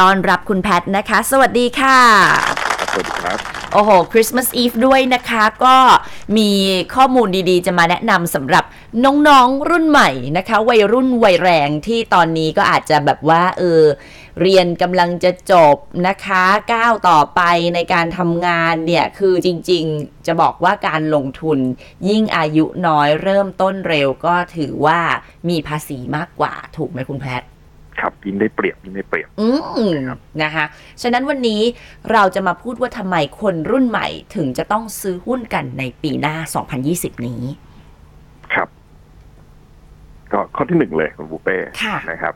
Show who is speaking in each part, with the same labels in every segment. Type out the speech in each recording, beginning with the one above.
Speaker 1: ต้อนรับคุณแพทนะคะ สวัสดีค่ะ
Speaker 2: สวัสดีครับ
Speaker 1: โอ้โหคริสต์มาสอีฟด้วยนะคะ ก็มีข้อมูลดีๆ จะมาแนะนำสำหรับน้องๆรุ่นใหม่นะคะ วัยรุ่นวัยแรงที่ตอนนี้ก็อาจจะแบบว่าเออเรียนกำลังจะจบนะคะก้าวต่อไปในการทำงานเนี่ย คือจริงๆจะบอกว่าการลงทุน ยิ่งอายุน้อยเริ่มต้นเร็วก็ถือว่ามีภาษีมากกว่าถูกไหมคุณแพท
Speaker 2: ครับยิ่งได้เปรียบยิ่งได้เปรียบ
Speaker 1: อืม
Speaker 2: ครับ
Speaker 1: นะคะ ฉะนั้นวันนี้เราจะมาพูดว่าทำไมคนรุ่นใหม่ถึงจะต้องซื้อหุ้นกันในปีหน้า 2020 นี้
Speaker 2: ครับ ก็ข้อที่หนึ่งเลยคุณบูเป้
Speaker 1: ค่ะ
Speaker 2: นะครับ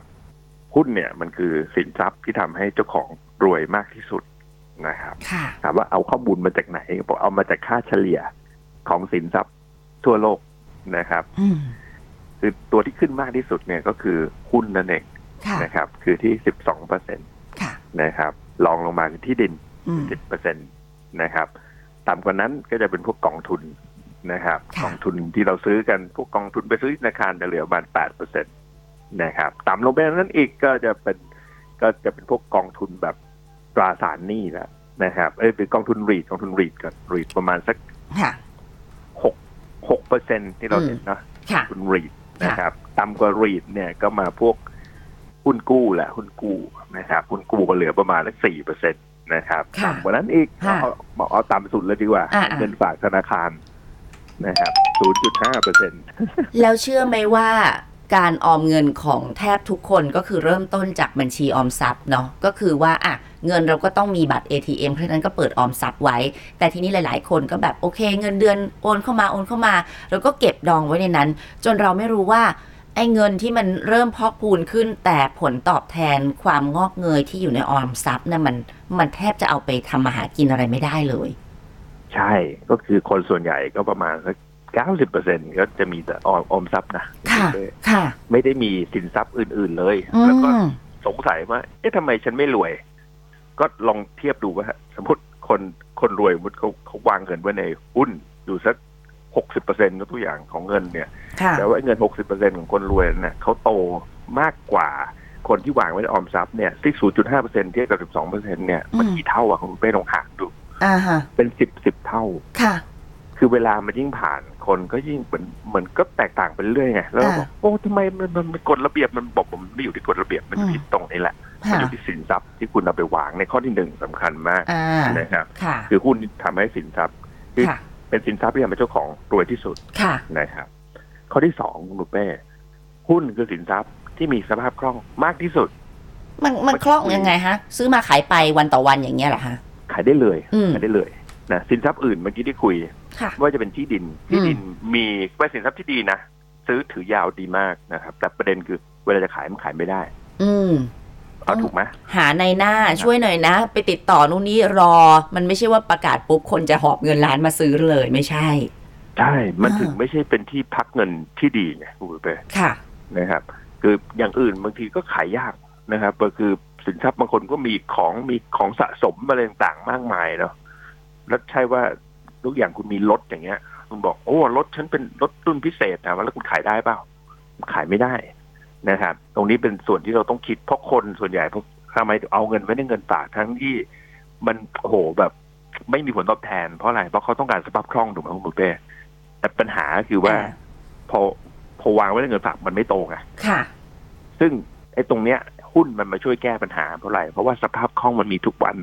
Speaker 2: หุ้นเนี่ยมันคือสินทรัพย์ที่ทำให้เจ้าของรวยมากที่สุดนะครับ
Speaker 1: ค่ะ
Speaker 2: ถามว่าเอาข้อมูลมาจากไหนบอกเอามาจากค่าเฉลี่ยของสินทรัพย์ทั่วโลกนะครับ
Speaker 1: อืม
Speaker 2: คือตัวที่ขึ้นมากที่สุดเนี่ยก็คือหุ้นนั่นเอง
Speaker 1: ค่ะ
Speaker 2: นะครับ คือที่สิบสองเปอร์เซ็นต
Speaker 1: ค่ะ
Speaker 2: นะครับรองลงมาคือที่ดิน
Speaker 1: อืม
Speaker 2: สิบเปอร์เซ็นตนะครับต่ำกว่านั้นก็จะเป็นพวกกองทุนนะครับ
Speaker 1: ค่ะ
Speaker 2: กองทุนที่เราซื้อกันพวกกองทุนไปซื้อธนาคารจะเหลือประมาณแปดเปอร์เซ็นตนะครับต่ำลงไปกว่านั้นอีกก็จะเป็นก็จะเป็นพวกกองทุนแบบตราสารหนี้แล้วนะครับเอ้ยเป็นกองทุนรีดกองทุนรีดก่อนรีดประมาณสัก
Speaker 1: ค่ะ
Speaker 2: หกหกเปอร์เซ็นที่เราเห็นเนาะ
Speaker 1: ค่ะ
Speaker 2: ทุนรีดนะครับต่ำกว่ารีดเนี่ยก็มาพวกหุ้นกู้แหละหุ้นกู้นะครับหุ้นกู้ก็เหลือประมาณสักสี่เปอร์เซ็นตนะครับ
Speaker 1: ค่ะ
Speaker 2: กว่านั้นอีก
Speaker 1: ค่ะ
Speaker 2: เอาเอาเอาต่ำสุดเลยดีกว่า
Speaker 1: อ่าๆ
Speaker 2: เงินฝากธนาคารนะครับ 0.5เปอร์เซ็นต์
Speaker 1: แล้วเชื่อไหมว่าการออมเงินของแทบทุกคนก็คือเริ่มต้นจากบัญชีออมทรัพย์เนาะก็คือว่าอ่ะเงินเราก็ต้องมีบัตร ATM เพราะฉะนั้นก็เปิดออมทรัพย์ไว้ แต่ทีนี้หลาย ๆ คนก็แบบโอเค เงินเดือนโอนเข้ามาโอนเข้ามา แล้วก็เก็บดองไว้ในนั้น จนเราไม่รู้ว่าไอ้เงินที่มันเริ่มพอกพูนขึ้น แต่ผลตอบแทนความงอกเงยที่อยู่ในออมทรัพย์นะ่ะมันมันแทบจะเอาไปทำมาหากินอะไรไม่ได้เลย
Speaker 2: ใช่ก็คือคนส่วนใหญ่ก็ประมาณสัก90เปอร์เซ็นต์ก็จะมีแต่ออมออมทรัพย์นะ
Speaker 1: ค่ะ ค่ะ
Speaker 2: ไม่ได้มีสินทรัพย์อื่น ๆ เลย
Speaker 1: อื
Speaker 2: แล้วก็
Speaker 1: ม
Speaker 2: สงสัยว่าเอ๊ะทำไมฉันไม่รวย ก็ลองเทียบดูว่า สมมติคนคนรวยสมมติเขาเขาวางเงินไว้ในหุ้นอยู่สัก 60เปอร์เซ็นต์ตัวอย่างของเงินเนี่ย
Speaker 1: ค่ะ
Speaker 2: แต่ว่าเงิน 60%ของคนรวยนั่นน่ะเขาโตมากกว่าคนที่วางไว้ในออมทรัพย์เนี่ยที่ 0.5%เทียบกับ 12%เนี่ย มัน
Speaker 1: อืม
Speaker 2: กี่เท่าอะคุณเป้ลองหารดู
Speaker 1: อ่าฮะ
Speaker 2: เป็น 10 10 เท่า
Speaker 1: ค่ะ
Speaker 2: คือเวลามันยิ่งผ่านคนก็ยิ่งเหมือนเหมือนก็แตกต่างไปเรื่อยไง แล้วเราบอกโอ้ทำไมมันมันมันกฎระเบียบมันบอกผมไม่อยู่ที่กฎระเบียบมันอยู่ที่ตรงนี้แหละ มั
Speaker 1: ค่ะ
Speaker 2: อยู่ที่สินทรัพย์ที่คุณเอาไปวางในข้อที่หนึ่งสำคัญมาก
Speaker 1: อ่า
Speaker 2: นะครับ
Speaker 1: ค่ะ
Speaker 2: คือหุ้นทำให้สินทรัพย์ คือ
Speaker 1: ค่ะ
Speaker 2: เป็นสินทรัพย์ที่ทำให้เจ้าของรวยที่สุด
Speaker 1: ค่ะ
Speaker 2: นะครับข้อที่สองคุณลูกเป้หุ้นคือสินทรัพย์ที่มีสภาพคล่องมากที่สุด
Speaker 1: มันมันคล่องยังไงฮะ ซื้อมาขายไปวันต่อวันอย่างเงี้ยเหรอฮะ
Speaker 2: ขายได้เลย
Speaker 1: อืม
Speaker 2: ขายได้เลยนะสินทรัพย์อื่นเมื่อกี้ที่คุย
Speaker 1: ค่ะ
Speaker 2: ไม่ว่าจะเป็นที่ดิน ที่ดินมีเป็นสินทรัพย์ที่ดีนะซื้อถือยาวดีมากนะครับ แต่ประเด็นคือเวลาจะขายมันขายไม่ได้
Speaker 1: อืม
Speaker 2: เอา
Speaker 1: อืม
Speaker 2: ถูกไหม
Speaker 1: หาในหน้าช่วยหน่อยนะ ไปติดต่อนู่นนี่รอ มันไม่ใช่ว่าประกาศปุ๊บ คนจะหอบเงินล้านมาซื้อเลยไม่ใช่
Speaker 2: ใช่มันถึง
Speaker 1: อ่า
Speaker 2: ไม่ใช่เป็นที่พักเงินที่ดีไงคุณลูกเป้
Speaker 1: ค่ะ
Speaker 2: นะครับ คืออย่างอื่นบางทีก็ขายยากนะครับก็คือสินทรัพย์บางคนก็มีของมีของสะสมอะไรต่างๆมากมายเนาะ แล้วใช่ว่าทุกอย่างคุณมีรถอย่างเงี้ย คุณบอกโอ้รถฉันเป็นรถรุ่นพิเศษนะแล้วคุณขายได้เปล่าขายไม่ได้นะครับ ตรงนี้เป็นส่วนที่เราต้องคิดเพราะคนส่วนใหญ่พวกทำไมเอาเงินไว้ในเงินฝากทั้งที่มันโอ้โหแบบ ไม่มีผลตอบแทนเพราะอะไรเพราะเขาต้องการสภาพคล่องถูกไหมคุณบุญเป้แต่ปัญหาคือว่า
Speaker 1: อ่า
Speaker 2: พอพอวางไว้ในเงินฝากมันไม่โตไง
Speaker 1: ค่ะ
Speaker 2: ซึ่งไอ้ตรงเนี้ย หุ้นมันมาช่วยแก้ปัญหาเพราะอะไรเพราะว่าสภาพคล่องมันมีทุกวัน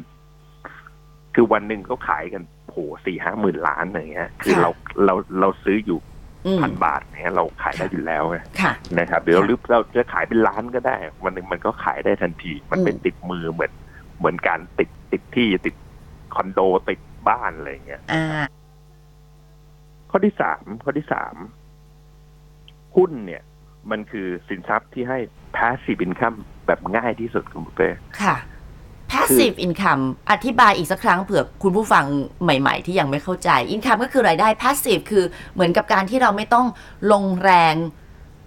Speaker 2: คือวันหนึ่งก็ขายกันโหสี่ห้าหมื่นล้านอย่างเงี้ย คือ
Speaker 1: ค่ะ
Speaker 2: เราเราเราซื้ออยู่
Speaker 1: อืม
Speaker 2: พันบาทเนี่ยเราขายได้อยู่แล้วไง
Speaker 1: ค่ะ
Speaker 2: นะครับเดี๋ยวเราเราจะขายเป็นล้านก็ได้ วันหนึ่งมันก็ขายได้ทันที มันเป็น
Speaker 1: อืม
Speaker 2: ติดมือเหมือนเหมือนการติดติดที่ติดคอนโดติดบ้านอะไรอย่างเงี้ย
Speaker 1: อ่า
Speaker 2: ข้อที่สามข้อที่สามหุ้นเนี่ย มันคือสินทรัพย์ที่ให้ passive income แบบง่ายที่สุดคุณบุฟเป้
Speaker 1: ค่ะ passive income อธิบายอีกสักครั้งเผื่อคุณผู้ฟังใหม่ๆ ที่ยังไม่เข้าใจ income ก็คือรายได้ passive คือเหมือนกับการที่เราไม่ต้องลงแรง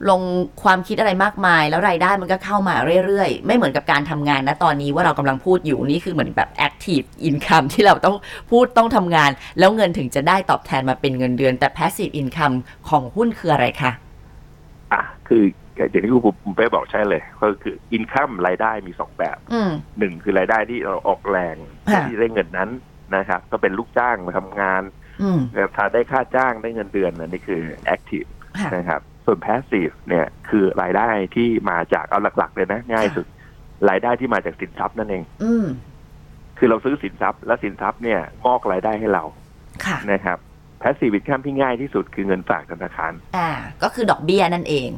Speaker 1: ลงความคิดอะไรมากมาย แล้วรายได้มันก็เข้ามาเรื่อยๆ ไม่เหมือนกับการทำงานนะตอนนี้ว่าเรากำลังพูดอยู่นี่คือเหมือนแบบ active income ที่เราต้องพูดต้องทำงาน แล้วเงินถึงจะได้ตอบแทนมาเป็นเงินเดือน แต่ passive income ของหุ้นคืออะไรคะ
Speaker 2: อ่ะคือ อย่างที่คุณผมไปบอกใช่เลย ก็คืออินคัมรายได้มีสองแบบ
Speaker 1: อืม
Speaker 2: หนึ่งคือรายได้ที่เราออกแรง
Speaker 1: ค่ะ
Speaker 2: ที่ได้เงินนั้นนะครับ ก็เป็นลูกจ้างมาทำงาน
Speaker 1: อืม
Speaker 2: แบบถ้าได้ค่าจ้างได้เงินเดือนอันนี่คือแอคทีฟ
Speaker 1: ค่ะ
Speaker 2: นะครับ ส่วนแพสซีฟเนี่ยคือรายได้ที่มาจากเอาหลักๆเลยนะ ง่ายสุด รายได้ที่มาจากสินทรัพย์นั่นเอง
Speaker 1: อืม
Speaker 2: คือเราซื้อสินทรัพย์ และสินทรัพย์เนี่ยงอกรายได้ให้เรา
Speaker 1: ค่ะ
Speaker 2: นะครับแพสซีฟอินคัมที่ง่ายที่สุดคือเงินฝากธนาคาร
Speaker 1: อ่า ก็คือดอกเบี้ยนั่นเอง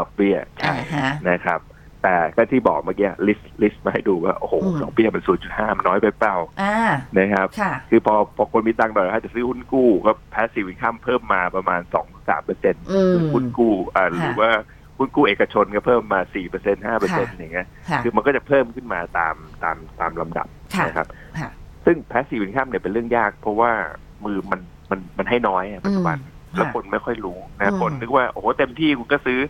Speaker 2: ดอกเบี้ยใช่
Speaker 1: อ่าฮะ
Speaker 2: นะครับ แต่ก็ที่บอกเมื่อกี้ลิสต์ลิสต์มาให้ดูว่า โอ้โห
Speaker 1: อืม
Speaker 2: ดอกเบี้ยมัน 0.5 มันน้อยไปเปล่า
Speaker 1: อ่า
Speaker 2: นะครับ
Speaker 1: ค่ะ
Speaker 2: คือพอพอคนมีตังค์หน่อยถ้าจะซื้อหุ้นกู้ก็แพสซีฟ i ิ c ั m เพิ่มมาประมาณ 2-3%เปอร์เซ็นต์
Speaker 1: อืม
Speaker 2: หุ้นกู้อ่า
Speaker 1: ค่ะ
Speaker 2: หรือว่าหุ้นกู้เอกชนก็เพิ่มมา 4% 5%เปอร์เซ็นต์
Speaker 1: ค่ะ
Speaker 2: อย่างเงี้ย
Speaker 1: ค่ะ
Speaker 2: คือมันก็จะเพิ่มขึ้นมาตามตามตามลำดับ
Speaker 1: ค่ะ
Speaker 2: นะครับ
Speaker 1: ค่ะ
Speaker 2: ซึ่งแพสซีฟ i ิ c ั m เนี่ยเป็นเรื่องยาก เพราะว่ามือมันมันมันให้น้อยอะปัจจุบัน แล้ว
Speaker 1: ค่ะ
Speaker 2: คนไม่ค่อยรู้
Speaker 1: อื
Speaker 2: นะ
Speaker 1: ม
Speaker 2: คนนึกว่า โอ้โหเต็มที่คุณก็ซื้อ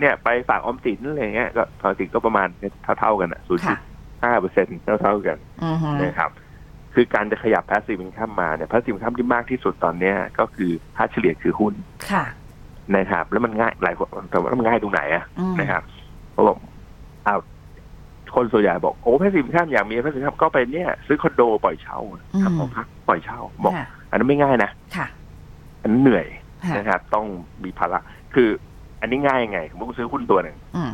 Speaker 2: เนี่ยไปฝากออมสินอะไรเงี้ยก็ฝากออมสินก็ประมาณเท่าๆกันอ่ะศูนย์
Speaker 1: ค่ะ
Speaker 2: ห้าเปอร์เซ็นต์เท่าๆกัน
Speaker 1: อือฮึ
Speaker 2: นะครับ คือการจะขยับ a พสซีฟ i ิ c ั m มาเนี่ย a พสซีฟ i ิ c ั m ที่มากที่สุดตอนเนี้ยก็คือค่าเฉลี่ยคือหุ้น
Speaker 1: ค่ะ
Speaker 2: นะครับ แล้วมันง่ายหลายคนแต่ว่ามันง่ายตรงไหนอะ
Speaker 1: อืม
Speaker 2: นะครับเขาบอกอ้าวคนส่วนใหญ่บอกโอ้แพสซีฟ i ิ c ั m อยากมี a พสซีฟ i ิ c ั m ก็ไปเนี่ยซื้อคอนโดปล่อยเช่าทำหอพักปล่อยเช่าบอก
Speaker 1: ค่ะ
Speaker 2: อันนั้นไม่ง่ายนะ
Speaker 1: ค่ะ
Speaker 2: อันนั้นเหนื่อย
Speaker 1: ค่ะ
Speaker 2: นะครับต้องมีภาระคืออันนี้ง่ายยังไงผมติคุณซื้อหุ้นตัวหนึ่ง
Speaker 1: อืม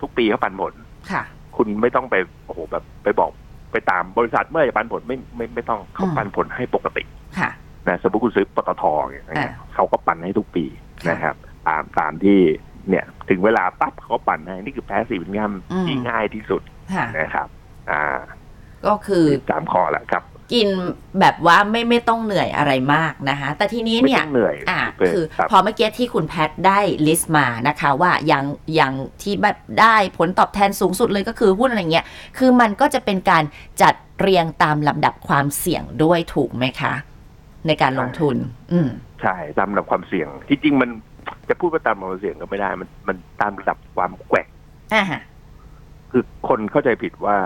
Speaker 2: ทุกปีเขาปันผล
Speaker 1: ค่ะ
Speaker 2: คุณไม่ต้องไปโอ้โหแบบไปบอกไปตามบริษัทเมื่อไหร่จะปันผลไม่ไม่ไม่ต้องเขา
Speaker 1: อืม
Speaker 2: ปันผลให้ปกติ
Speaker 1: ค่ะ
Speaker 2: นะสมมติคุณซื้อปตทอย่างเงี้ย
Speaker 1: อ่า
Speaker 2: เขาก็ปันให้ทุกปีนะครับ ตามตามที่เนี่ย ถึงเวลาปั๊บเขาก็ปันให้นี่คือแพสซีฟงามที่ง่ายที่สุด
Speaker 1: ค่ะ
Speaker 2: นะครับ อ่า
Speaker 1: ก็คือ
Speaker 2: สามข้อแล้วครับ
Speaker 1: กินแบบว่าไม่ไม่ต้องเหนื่อยอะไรมากนะคะ แต่ทีนี้
Speaker 2: ไม่
Speaker 1: เนี่ย
Speaker 2: ต้องเหนื่อย
Speaker 1: อ่ะ
Speaker 2: เกิน
Speaker 1: คือ
Speaker 2: รับ
Speaker 1: พอเมื่อกี้ที่คุณแพทย์ได้ลิสต์มานะคะ ว่าอย่างอย่างที่แบบได้ผลตอบแทนสูงสุดเลยก็คือหุ้นอะไรเงี้ย คือมันก็จะเป็นการจัดเรียงตามลำดับความเสี่ยงด้วยถูกไหมคะ ในการลงทุน อืม
Speaker 2: ใช่ตามระดับความเสี่ยง ที่จริงมันจะพูดว่าตามระดับความเสี่ยงก็ไม่ได้ มันมันตามระดับความแกว่ง
Speaker 1: อ่าฮะ
Speaker 2: คือคนเข้าใจผิดว่า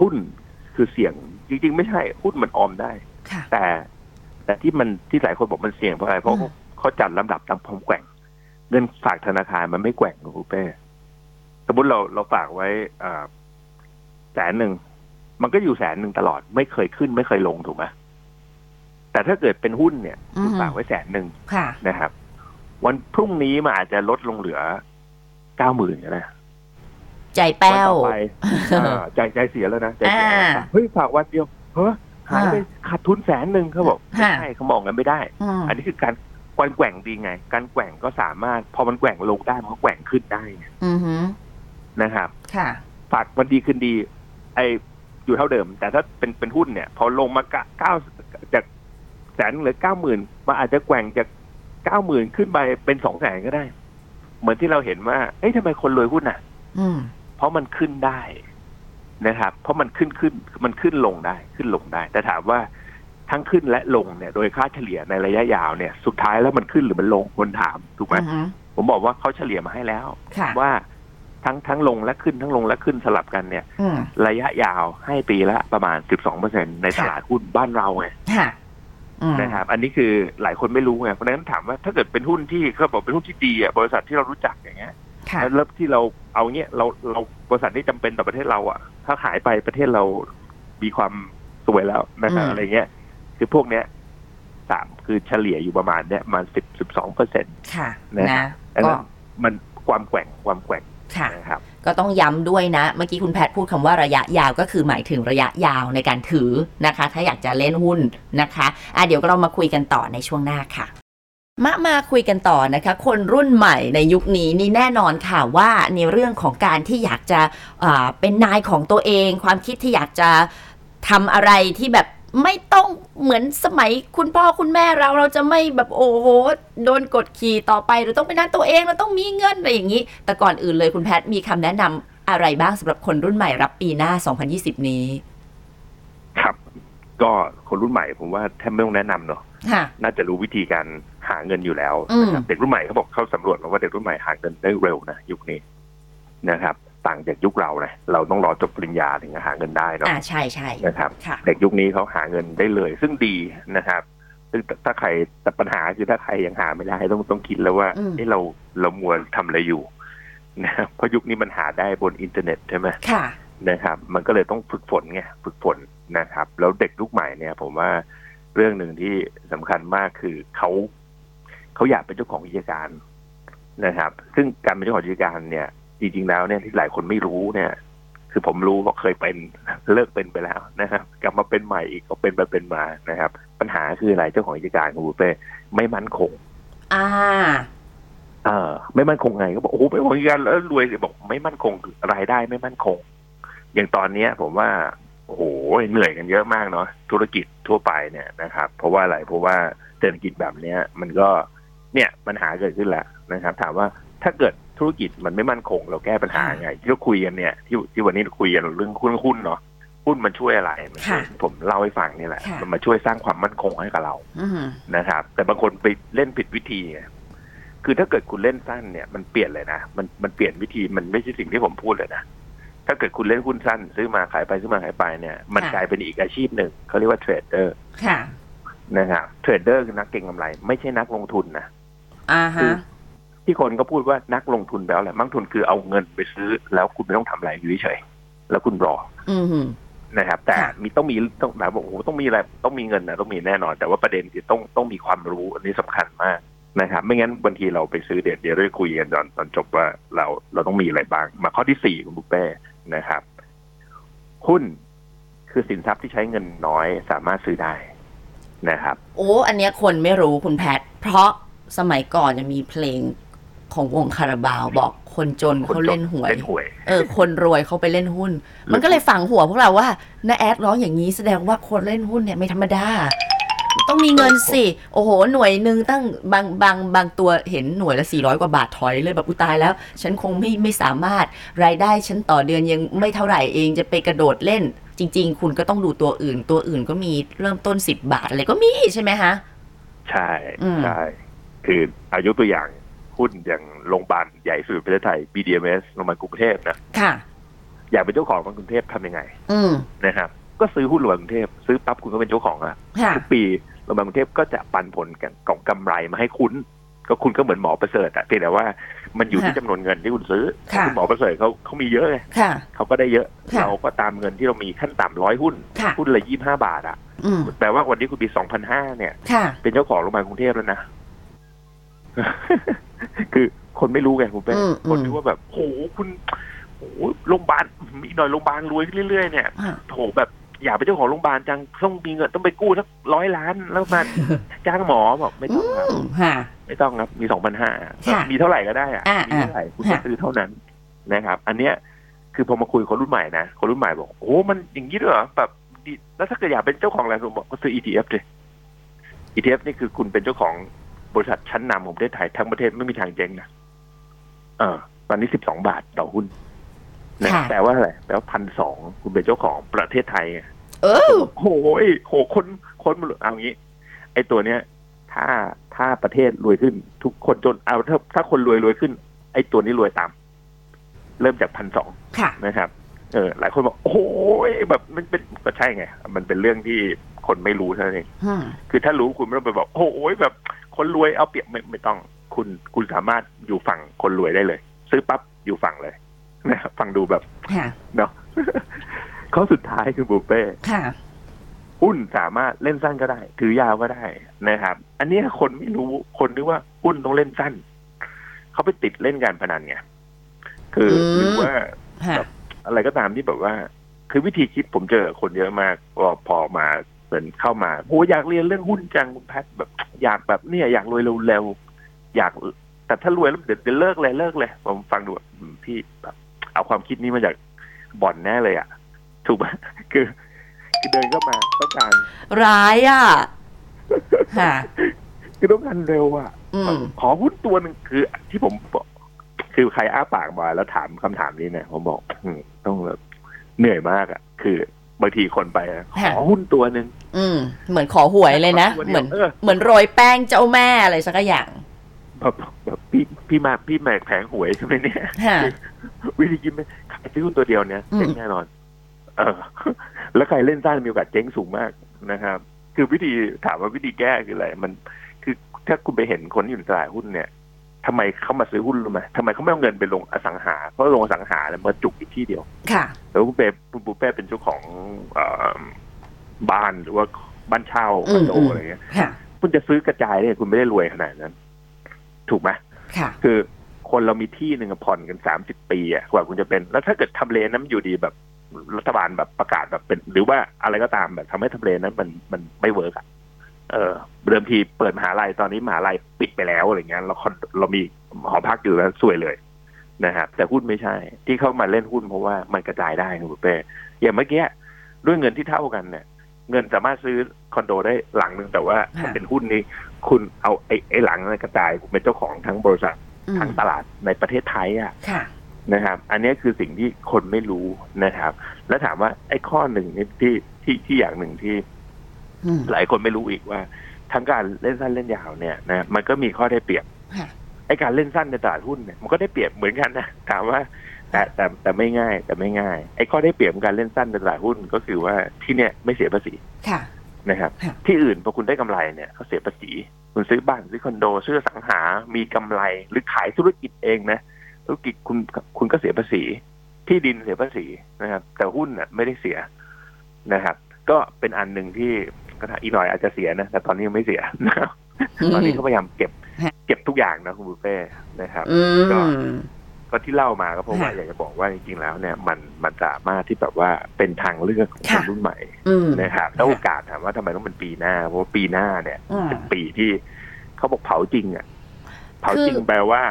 Speaker 2: หุ้นคือเสี่ยง จริง ๆ ไม่ใช่หุ้นมันออมได้
Speaker 1: ค่ะ
Speaker 2: แต่ แต่ที่มันที่หลายคนบอกมันเสี่ยงเพราะอะไรเพราะ
Speaker 1: อืม
Speaker 2: เขาจัดลำดับตามความแกว่ง เงินฝากธนาคารมันไม่แกว่งครับคุณเป้สมมติเราเราฝากไว้อ่าแสนหนึ่งมันก็อยู่แสนหนึ่งตลอด ไม่เคยขึ้นไม่เคยลงถูกไหมแต่ถ้าเกิดเป็นหุ้นเนี่ยคุณฝากไว้แสนหนึ่ง
Speaker 1: ค่ะ
Speaker 2: นะครับ วันพรุ่งนี้มันอาจจะลดลงเหลือเก้าหมื่นก็ได้
Speaker 1: ใจแป้
Speaker 2: วัน
Speaker 1: ว
Speaker 2: ต่อไปเออใจใจเสียแล้วนะใจเสียแล้ว
Speaker 1: อ่า
Speaker 2: นะเฮ้ยฝากวันเดียวเฮ้ยหายไป
Speaker 1: อ่า
Speaker 2: ขาดทุนแสนหนึ่งเขาบอกไม่
Speaker 1: ค่ะ
Speaker 2: ใช่เขามองกันไม่ได้
Speaker 1: อืม
Speaker 2: อันนี้คือการการแกว่งดีไง การแกว่งก็สามารถ พอมันแกว่งลงได้มันก็แกว่งขึ้นได้ไง
Speaker 1: อือหือ
Speaker 2: นะครับ
Speaker 1: ค่ะ
Speaker 2: ฝากวันดีคืนดี ไออยู่เท่าเดิม แต่ถ้าเป็นเป็นหุ้นเนี่ย พอลงมาเก้าจากแสนเหลือเก้าหมื่นมันอาจจะแกว่งจากเก้าหมื่นขึ้นไปเป็นสองแสนก็ได้ เหมือนที่เราเห็นว่า เอ้ยทำไมคนรวยหุ้นอ่ะ
Speaker 1: อืม
Speaker 2: เพราะมันขึ้นได้นะครับ เพราะมันขึ้นขึ้นมันขึ้นลงได้ขึ้นลงได้ แต่ถามว่าทั้งขึ้นและลงเนี่ย โดยค่าเฉลี่ยในระยะยาวเนี่ย สุดท้ายแล้วมันขึ้นหรือมันลงคนถามถูกไหม
Speaker 1: อือหือ
Speaker 2: ผมบอกว่าเขาเฉลี่ยมาให้แล้ว
Speaker 1: ค่ะ
Speaker 2: ว่าทั้งทั้งลงและขึ้นทั้งลงและขึ้นสลับกันเนี่ย
Speaker 1: อืม
Speaker 2: ระยะยาวให้ปีละประมาณ 12%ในตลาดหุ้นบ้านเราไง
Speaker 1: ค่ะอืม
Speaker 2: นะครับ อันนี้คือหลายคนไม่รู้ไงเพราะฉะนั้นถามว่าถ้าเกิดเป็นหุ้นที่เขาบอกเป็นหุ้นที่ดีอ่ะบริษัทที่เรารู้จักอย่างเงี้ย
Speaker 1: ค่ะ
Speaker 2: แล้วที่เราเอาเนี้ยเราเราบริษัทที่จำเป็นต่อประเทศเราอ่ะ ถ้าขายไปประเทศเรามีความสวยแล้วนะครับอะไรเงี้ยคือพวกเนี้ยสามคือเฉลี่ยอยู่ประมาณเนี้ยประมาณสิบสิบสองเปอร์เซ็นต์
Speaker 1: ค่ะ
Speaker 2: นะครั
Speaker 1: นะ
Speaker 2: บแล้วก็
Speaker 1: ก็
Speaker 2: มันความแกว่งความแกว่ง
Speaker 1: ค่ะ
Speaker 2: นะครับ
Speaker 1: ก็ต้องย้ำด้วยนะ เมื่อกี้คุณแพทย์พูดคำว่าระยะยาวก็คือหมายถึงระยะยาวในการถือนะคะ ถ้าอยากจะเล่นหุ้นนะคะอ่ะเดี๋ยวเรามาคุยกันต่อในช่วงหน้าค่ะ มามาคุยกันต่อนะคะ คนรุ่นใหม่ในยุคนี้นี่แน่นอนค่ะว่าในเรื่องของการที่อยากจะอ่าเป็นนายของตัวเอง ความคิดที่อยากจะทำอะไรที่แบบไม่ต้องเหมือนสมัยคุณพ่อคุณแม่เราเราจะไม่แบบโอ้โหโดนกดขี่ต่อไปเราต้องเป็นนายตัวเองเราต้องมีเงินอะไรอย่างนี้ แต่ก่อนอื่นเลยคุณแพทย์มีคำแนะนำอะไรบ้างสำหรับคนรุ่นใหม่รับปีหน้า 2020 นี้
Speaker 2: ครับ ก็คนรุ่นใหม่ผมว่าแทบไม่ต้องแนะนำเนาะ
Speaker 1: ค่ะ
Speaker 2: น่าจะรู้วิธีการหาเงินอยู่แล้ว
Speaker 1: อืม
Speaker 2: นะครับเด็กรุ่นใหม่เขาบอกเขาสำรวจมาว่าเด็กรุ่นใหม่หาเงินได้เร็วนะยุคนี้นะครับ ต่างจากยุคเรานะเราต้องรอจบปริญญาถึงจะหาเงินได้เนาะ
Speaker 1: อ่าใช่ใช่
Speaker 2: นะครับ
Speaker 1: ค่ะ
Speaker 2: เด็กยุคนี้เขาหาเงินได้เลย ซึ่งดีนะครับซึ่งถ้าใครแต่ปัญหาคือถ้าใครยังหาไม่ได้ต้องต้องคิดแล้วว่า
Speaker 1: อืม
Speaker 2: เอ้เราเรามัวทำอะไรอยู่ นะครับเพราะยุคนี้มันหาได้บนอินเทอร์เน็ตใช่ไหม
Speaker 1: ค่ะ
Speaker 2: นะครับมันก็เลยต้องฝึกฝนไงฝึกฝนนะครับ แล้วเด็กลูกใหม่เนี่ย ผมว่าเรื่องหนึ่งที่สำคัญมากคือเขาเขาอยากเป็นเจ้าของกิจการนะครับ ซึ่งการเป็นเจ้าของกิจการเนี่ย จริง ๆ แล้วเนี่ยที่หลายคนไม่รู้เนี่ย คือผมรู้เพราะเคยเป็น เลิกเป็นไปแล้วนะครับ กลับมาเป็นใหม่อีกก็เป็นไปเป็นมานะครับ ปัญหาคืออะไรเจ้าของกิจการของบุฟเป้ไม่มั่นคง
Speaker 1: อ่า
Speaker 2: เออไม่มั่นคงไงก็บอกโอ้โหไม่มั่นคงกันแล้วรวยสิบอกไม่มั่นคงคือรายได้ไม่มั่นคง อย่างตอนเนี้ย ผมว่า โอ้โหเหนื่อยกันเยอะมากเนาะธุรกิจทั่วไปเนี่ยนะครับ เพราะว่าอะไรเพราะว่าเศรษฐกิจแบบเนี้ย มันก็เนี่ยปัญหาเกิดขึ้นแหละนะครับ ถามว่าถ้าเกิดธุรกิจมันไม่มั่นคง เราแก้ปัญหาไงที่เราคุยกันเนี่ยที่ที่วันนี้เราคุยกันเรื่องหุ้นหุ้นเนาะหุ้นมันช่วยอะไรมันช่วย
Speaker 1: ค่ะ
Speaker 2: ผมเล่าให้ฟังนี่แหละ
Speaker 1: ค่ะ
Speaker 2: มันมาช่วยสร้างความมั่นคงให้กับเรา
Speaker 1: อืม
Speaker 2: นะครับแต่บางคนไปเล่นผิดวิธีไงคือถ้าเกิดคุณเล่นสั้นเนี่ยมันเปลี่ยนเลยนะมันมันเปลี่ยนวิธีมันไม่ใช่สิ่งที่ผมพูดเลยนะถ้าเกิดคุณเล่นหุ้นสั้น ซื้อมาขายไปซื้อมาขายไปเนี่ย มันกลายเป็นอีกอาชีพหนึ่งเขาเรียกว่าเทรดเดอร์
Speaker 1: ค่ะ
Speaker 2: นะครับเทรดเดอร์คือนักเก็งกำไร ไม่ใช่นักลงทุนนะ
Speaker 1: อ่า
Speaker 2: คื
Speaker 1: ฮะ
Speaker 2: อ ที่คนก็พูดว่านักลงทุนแปล้วแหละนักลงทุนคือเอาเงินไปซื้อ แล้วคุณไม่ต้องทำอะไรอยู่เฉยๆแล้วคุณรอ
Speaker 1: อืม
Speaker 2: นะครับแต่
Speaker 1: ค่ะ
Speaker 2: มีต้องมีต้องแบบบอกโอ้โหต้องมีอะไรต้องมีเงินนะต้องมีแน่นอน แต่ว่าประเด็นคือต้องต้องมีความรู้อันนี้สำคัญมากนะครับไม่งั้นบางทีเราไปซื้อเดี๋ยวเดี๋ยวได้คุยกันตอนตอนจบว่าเราเราต้องมีอะไรบ้าง มาข้อที่สี่คุณบุฟเป้นะครับ หุ้นคือสินทรัพย์ที่ใช้เงินน้อยสามารถซื้อได้นะครับ
Speaker 1: โอ้ อันเนี้ยคนไม่รู้คุณแพท เพราะสมัยก่อนจะมีเพลงของวงคาราบาวบอกคนจน
Speaker 2: คนจน
Speaker 1: เขาเล่นหวย
Speaker 2: เล่นหวย
Speaker 1: เออ คนรวยเขาไปเล่นหุ้น มันก็เลยฝังหัวพวกเราว่าน้าแอดร้องอย่างนี้แสดงว่าคนเล่นหุ้นเนี่ยไม่ธรรมดา ต้องมีเงินสิ โอ้โห หน่วยหนึ่งตั้งบางบางบางตัวเห็นหน่วยละ 400 กว่าบาทถอยเลยแบบอุยตายแล้ว ฉันคงไม่ไม่สามารถรายได้ฉันต่อเดือนยังไม่เท่าไหร่เองจะไปกระโดดเล่น จริง ๆ คุณก็ต้องดูตัวอื่น ตัวอื่นก็มีเริ่มต้น 10 บาทอะไรก็มีใช่ไหมฮะ
Speaker 2: ใช่
Speaker 1: อืม
Speaker 2: ใช่คืออายุตัวอย่างหุ้นอย่างโรงพยาบาลใหญ่สุดในประเทศไทย BDMs โรงพยาบาลกรุงเทพนะ
Speaker 1: ค่ะ
Speaker 2: อยากเป็นเจ้าของโรงพยาบาลกรุงเทพทำยังไง
Speaker 1: อืม
Speaker 2: นะครับก็ซื้อหุ้นโรงพยาบาลกรุงเทพซื้อปั๊บคุณก็เป็นเจ้าของละ
Speaker 1: ค่ะ
Speaker 2: ทุกปีโรงพยาบาลกรุงเทพก็จะปันผลกันของกำไรมาให้คุณ ก็คุณก็เหมือนหมอประเสริฐอะเพียงแต่ว่ามันอยู่ที่
Speaker 1: ค่ะ
Speaker 2: จำนวนเงินที่คุณซื้อ
Speaker 1: ค่ะ
Speaker 2: ณหมอประเสริฐเขาเขามีเยอะไง
Speaker 1: ค่ะ
Speaker 2: เขาก็ได้เยอะ
Speaker 1: ค่ะ
Speaker 2: เราก็ตามเงินที่เรามีขั้นต่ำร้อยหุ้น
Speaker 1: ค่ะ
Speaker 2: หุ้นละยี่ห้าบาทอะ
Speaker 1: อืม
Speaker 2: แปลว่าวันนี้คุณมีสองพันห้าเนี่ย
Speaker 1: ค่ะ
Speaker 2: เป็นเจ้าของโรงพยาบาลกรุงเทพแล้วนะ คือคนไม่รู้ไงคุณเป้
Speaker 1: อืมอืม
Speaker 2: คนรู้ว่าแบบโหคุณโหโรงพยาบาลมีหน่อยโรงพยาบาลรวยขึ้นเรื่อยๆเนี่ย
Speaker 1: อ่ะ
Speaker 2: โถแบบอยากเป็นเจ้าของโรงพยาบาลจังต้องมีเงินต้องไปกู้สักร้อยล้านแล้วมา จ้างหมอบอกไม่
Speaker 1: อื
Speaker 2: ต้องครับ
Speaker 1: มค่ะ
Speaker 2: ไม่ต้องครับมีสองพันห้า
Speaker 1: ค่ะ
Speaker 2: มีเท่าไหร่ก็ได้อะ
Speaker 1: อ่า
Speaker 2: มีเท่าไหร่คุณก็
Speaker 1: ค่ะ
Speaker 2: ซื้อเท่านั้นนะครับ อันเนี้ยคือพอมาคุยกับคนรุ่นใหม่นะคนรุ่นใหม่บอกโอ้มันอย่างนี้ด้วยเหรอแบบดีแล้วถ้าเกิดอยากเป็นเจ้าของอะไรผมบอกก็ซื้อ ETF เลย ETF นี่คือคุณเป็นเจ้าของบริษัทชั้นนำของประเทศไทยทั้งประเทศไม่มีทางเจ๊งนะเออตอนนี้สิบสองบาทต่อหุ้นนะ
Speaker 1: ค่ะ
Speaker 2: แปลว่าอะไรแปลว่าพันสองคุณเป็นเจ้าของประเทศไทยไง
Speaker 1: เออ
Speaker 2: โหยโหคนคนมันเอางี้ ไอ้ตัวเนี้ย ถ้าถ้าประเทศรวยขึ้น ทุกคนจนเอาถ้าถ้าคนรวยรวยขึ้น ไอ้ตัวนี้รวยตาม เริ่มจากพันสอง
Speaker 1: ค่ะ
Speaker 2: นะครับ เออ หลายคนบอกโอ้ยแบบมันเป็นก็ใช่ไง มันเป็นเรื่องที่คนไม่รู้เท่านั้นเอง
Speaker 1: อืม
Speaker 2: คือถ้ารู้คุณไม่ต้องไปบอกโอ้ยแบบ คนรวยเอาเปรียบไม่ไม่ต้องคุณคุณสามารถอยู่ฝั่งคนรวยได้เลย ซื้อปั๊บอยู่ฝั่งเลย นะครับฟังดูแบบ
Speaker 1: ค่ะ
Speaker 2: เนาะ ข้อสุดท้ายคือบุฟเป้
Speaker 1: ค่ะ
Speaker 2: หุ้นสามารถเล่นสั้นก็ได้ ถือยาวก็ได้นะครับ อันเนี้ยคนไม่รู้คนนึกว่าหุ้นต้องเล่นสั้น เขาไปติดเล่นการพนันไงคือ
Speaker 1: ม
Speaker 2: หรือว่า
Speaker 1: ค่ะ
Speaker 2: อะไรก็ตามที่แบบว่า คือวิธีคิดผมเจอคนเยอะมากพอพอมาเหมือนเข้ามาโอ้อยากเรียนเรื่องหุ้นจังคุณแพทย์แบบ อยากแบบเนี่ยอยากรวยเร็วๆอยาก แต่ถ้ารวยแล้วเดี๋ยวเดี๋ยวเลิกเลยเลิกเลยผมฟังดูแบบอืมพี่แบบ เอาความคิดนี้มาจากบ่อนแน่เลยอ่ะ ถูกปะคือคือเดินเข้ามาต้องการ
Speaker 1: ร้าย อ่ะ ค่ะ
Speaker 2: คือต้องการเร็วอ่ะ
Speaker 1: อืม
Speaker 2: ขอหุ้นตัวหนึ่งคือที่ผมบอกคือใครอ้าปากมาแล้วถามคำถามนี้เนี่ยผมบอกอืมต้องแบบเหนื่อยมากอ่ะ คือบางทีคนไปนะข
Speaker 1: ค่ะ
Speaker 2: อหุ้นตัวหนึ่ง
Speaker 1: อืม เหมือนขอหวยเลยนะ
Speaker 2: ขตัวดีว
Speaker 1: เหมือน
Speaker 2: เออ
Speaker 1: เหมือนโรยแป้งเจ้าแม่อะไรสักอย่าง
Speaker 2: แบบแบบพี่พี่มาพี่แหมกแผงหวยใช่ไหมเนี่ย
Speaker 1: ค่ะ
Speaker 2: วิธีคิดไหมขายซื้อหุ้นตัวเดียวเนี่ย
Speaker 1: อืม
Speaker 2: เจ๊งแน่นอน เออ แล้วใครเล่นสั้นมีโอกาสเจ๊งสูงมากนะครับ คือวิธีถามว่าวิธีแก้คืออะไรมัน คือถ้าคุณไปเห็นคนที่อยู่ในตลาดหุ้นเนี่ย ทำไมเขามาซื้อหุ้นรู้ไหมทำไมเขาไม่เอาเงินไปลงอสังหา เพราะลงอสังหาเนี่ยมันจุกอยู่ที่เดียว
Speaker 1: ค่ะ
Speaker 2: แล้วคุณเป้คุณปูเป้เป็นเจ้าของเอ่อบ้านหรือว่าบ้านเช่าคอนโด
Speaker 1: อืมอืม
Speaker 2: อะไรเงี้ย
Speaker 1: ค่ะ
Speaker 2: คุณจะซื้อกระจายเนี่ยคุณไม่ได้รวยขนาดนั้น ถูกไหม
Speaker 1: ค่ะ
Speaker 2: คือคนเรามีที่หนึ่งอะผ่อนกันสามสิบปีอะกว่าคุณจะเป็น แล้วถ้าเกิดทำเลนั้นอยู่ดีแบบรัฐบาลแบบประกาศแบบเป็น หรือว่าอะไรก็ตามแบบทำให้ทำเลนั้นมันมันไม่เวิร์กอะเออเดิมทีเปิดมหาลัยตอนนี้มหาลัยปิดไปแล้วอะไรเงี้ยเราคอนเรามีหอพักอยู่แล้วสวยเลยนะครับแต่หุ้นไม่ใช่ ที่เข้ามาเล่นหุ้นเพราะว่ามันกระจายได้คุณเป้อย่างเมื่อกี้ด้วยเงินที่เท่ากันเนี่ย เงินสามารถซื้อคอนโดได้หลังหนึ่งแต่ว่าถ้า
Speaker 1: ค่ะ
Speaker 2: เป็นหุ้นนี้ คุณเอาไอ้ไอ้หลังนั้นกระจายคุณเป็นเจ้าของทั้งบริษัท
Speaker 1: อืม
Speaker 2: ทั้งตลาดในประเทศไทยอะ
Speaker 1: ค่ะ
Speaker 2: นะครับ อันนี้คือสิ่งที่คนไม่รู้นะครับ แล้วถามว่าไอ้ข้อหนึ่งนี่ที่ที่ที่อย่างหนึ่งที่
Speaker 1: อืม
Speaker 2: หลายคนไม่รู้อีกว่า ทั้งการเล่นสั้นเล่นยาวเนี่ยนะมันก็มีข้อได้เปรียบ
Speaker 1: ค่ะ
Speaker 2: ไอ้การเล่นสั้นในตลาดหุ้นเนี่ยมันก็ได้เปรียบเหมือนกันนะ ถามว่า แต่แต่แต่ไม่ง่าย แต่ไม่ง่ายไอ้ข้อได้เปรียบของการเล่นสั้นในตลาดหุ้นก็คือว่าที่เนี่ยไม่เสียภาษี
Speaker 1: ค่ะ
Speaker 2: นะครับ
Speaker 1: ค่ะ
Speaker 2: ที่อื่นพอคุณได้กำไรเนี่ยเขาเสียภาษี คุณซื้อบ้านซื้อคอนโดซื้ออสังหา มีกำไรหรือขายธุรกิจเองนะ ธุรกิจคุณคุณก็เสียภาษี ที่ดินเสียภาษีนะครับ แต่หุ้นน่ะไม่ได้เสียนะครับ ก็เป็นอันหนึ่งที่ก็ถ้าอีกหน่อยอาจจะเสียนะ แต่ตอนนี้ยังไม่เสียนะครับตอนนี้เขาพยายามเก็บ เก็บทุกอย่างนะคุณบุฟเฟ่นะครับ
Speaker 1: อืม
Speaker 2: ก็ที่เล่ามาก็เพราะว่า
Speaker 1: ค่ะ
Speaker 2: อยากจะบอกว่าจริงๆแล้วเนี่ยมันมันสามารถที่แบบว่าเป็นทางเลือกของค
Speaker 1: ค่ะ
Speaker 2: นรุ่นใหม่
Speaker 1: อืม
Speaker 2: นะครับแล้วโอกาสถามว่าทำไมต้องเป็นปีหน้า เพราะว่าปีหน้าเนี่ย
Speaker 1: อ่า
Speaker 2: เป็นปีที่เขาบอกเผาจริงอ่ะเผาจริง
Speaker 1: คือ
Speaker 2: แปลว่า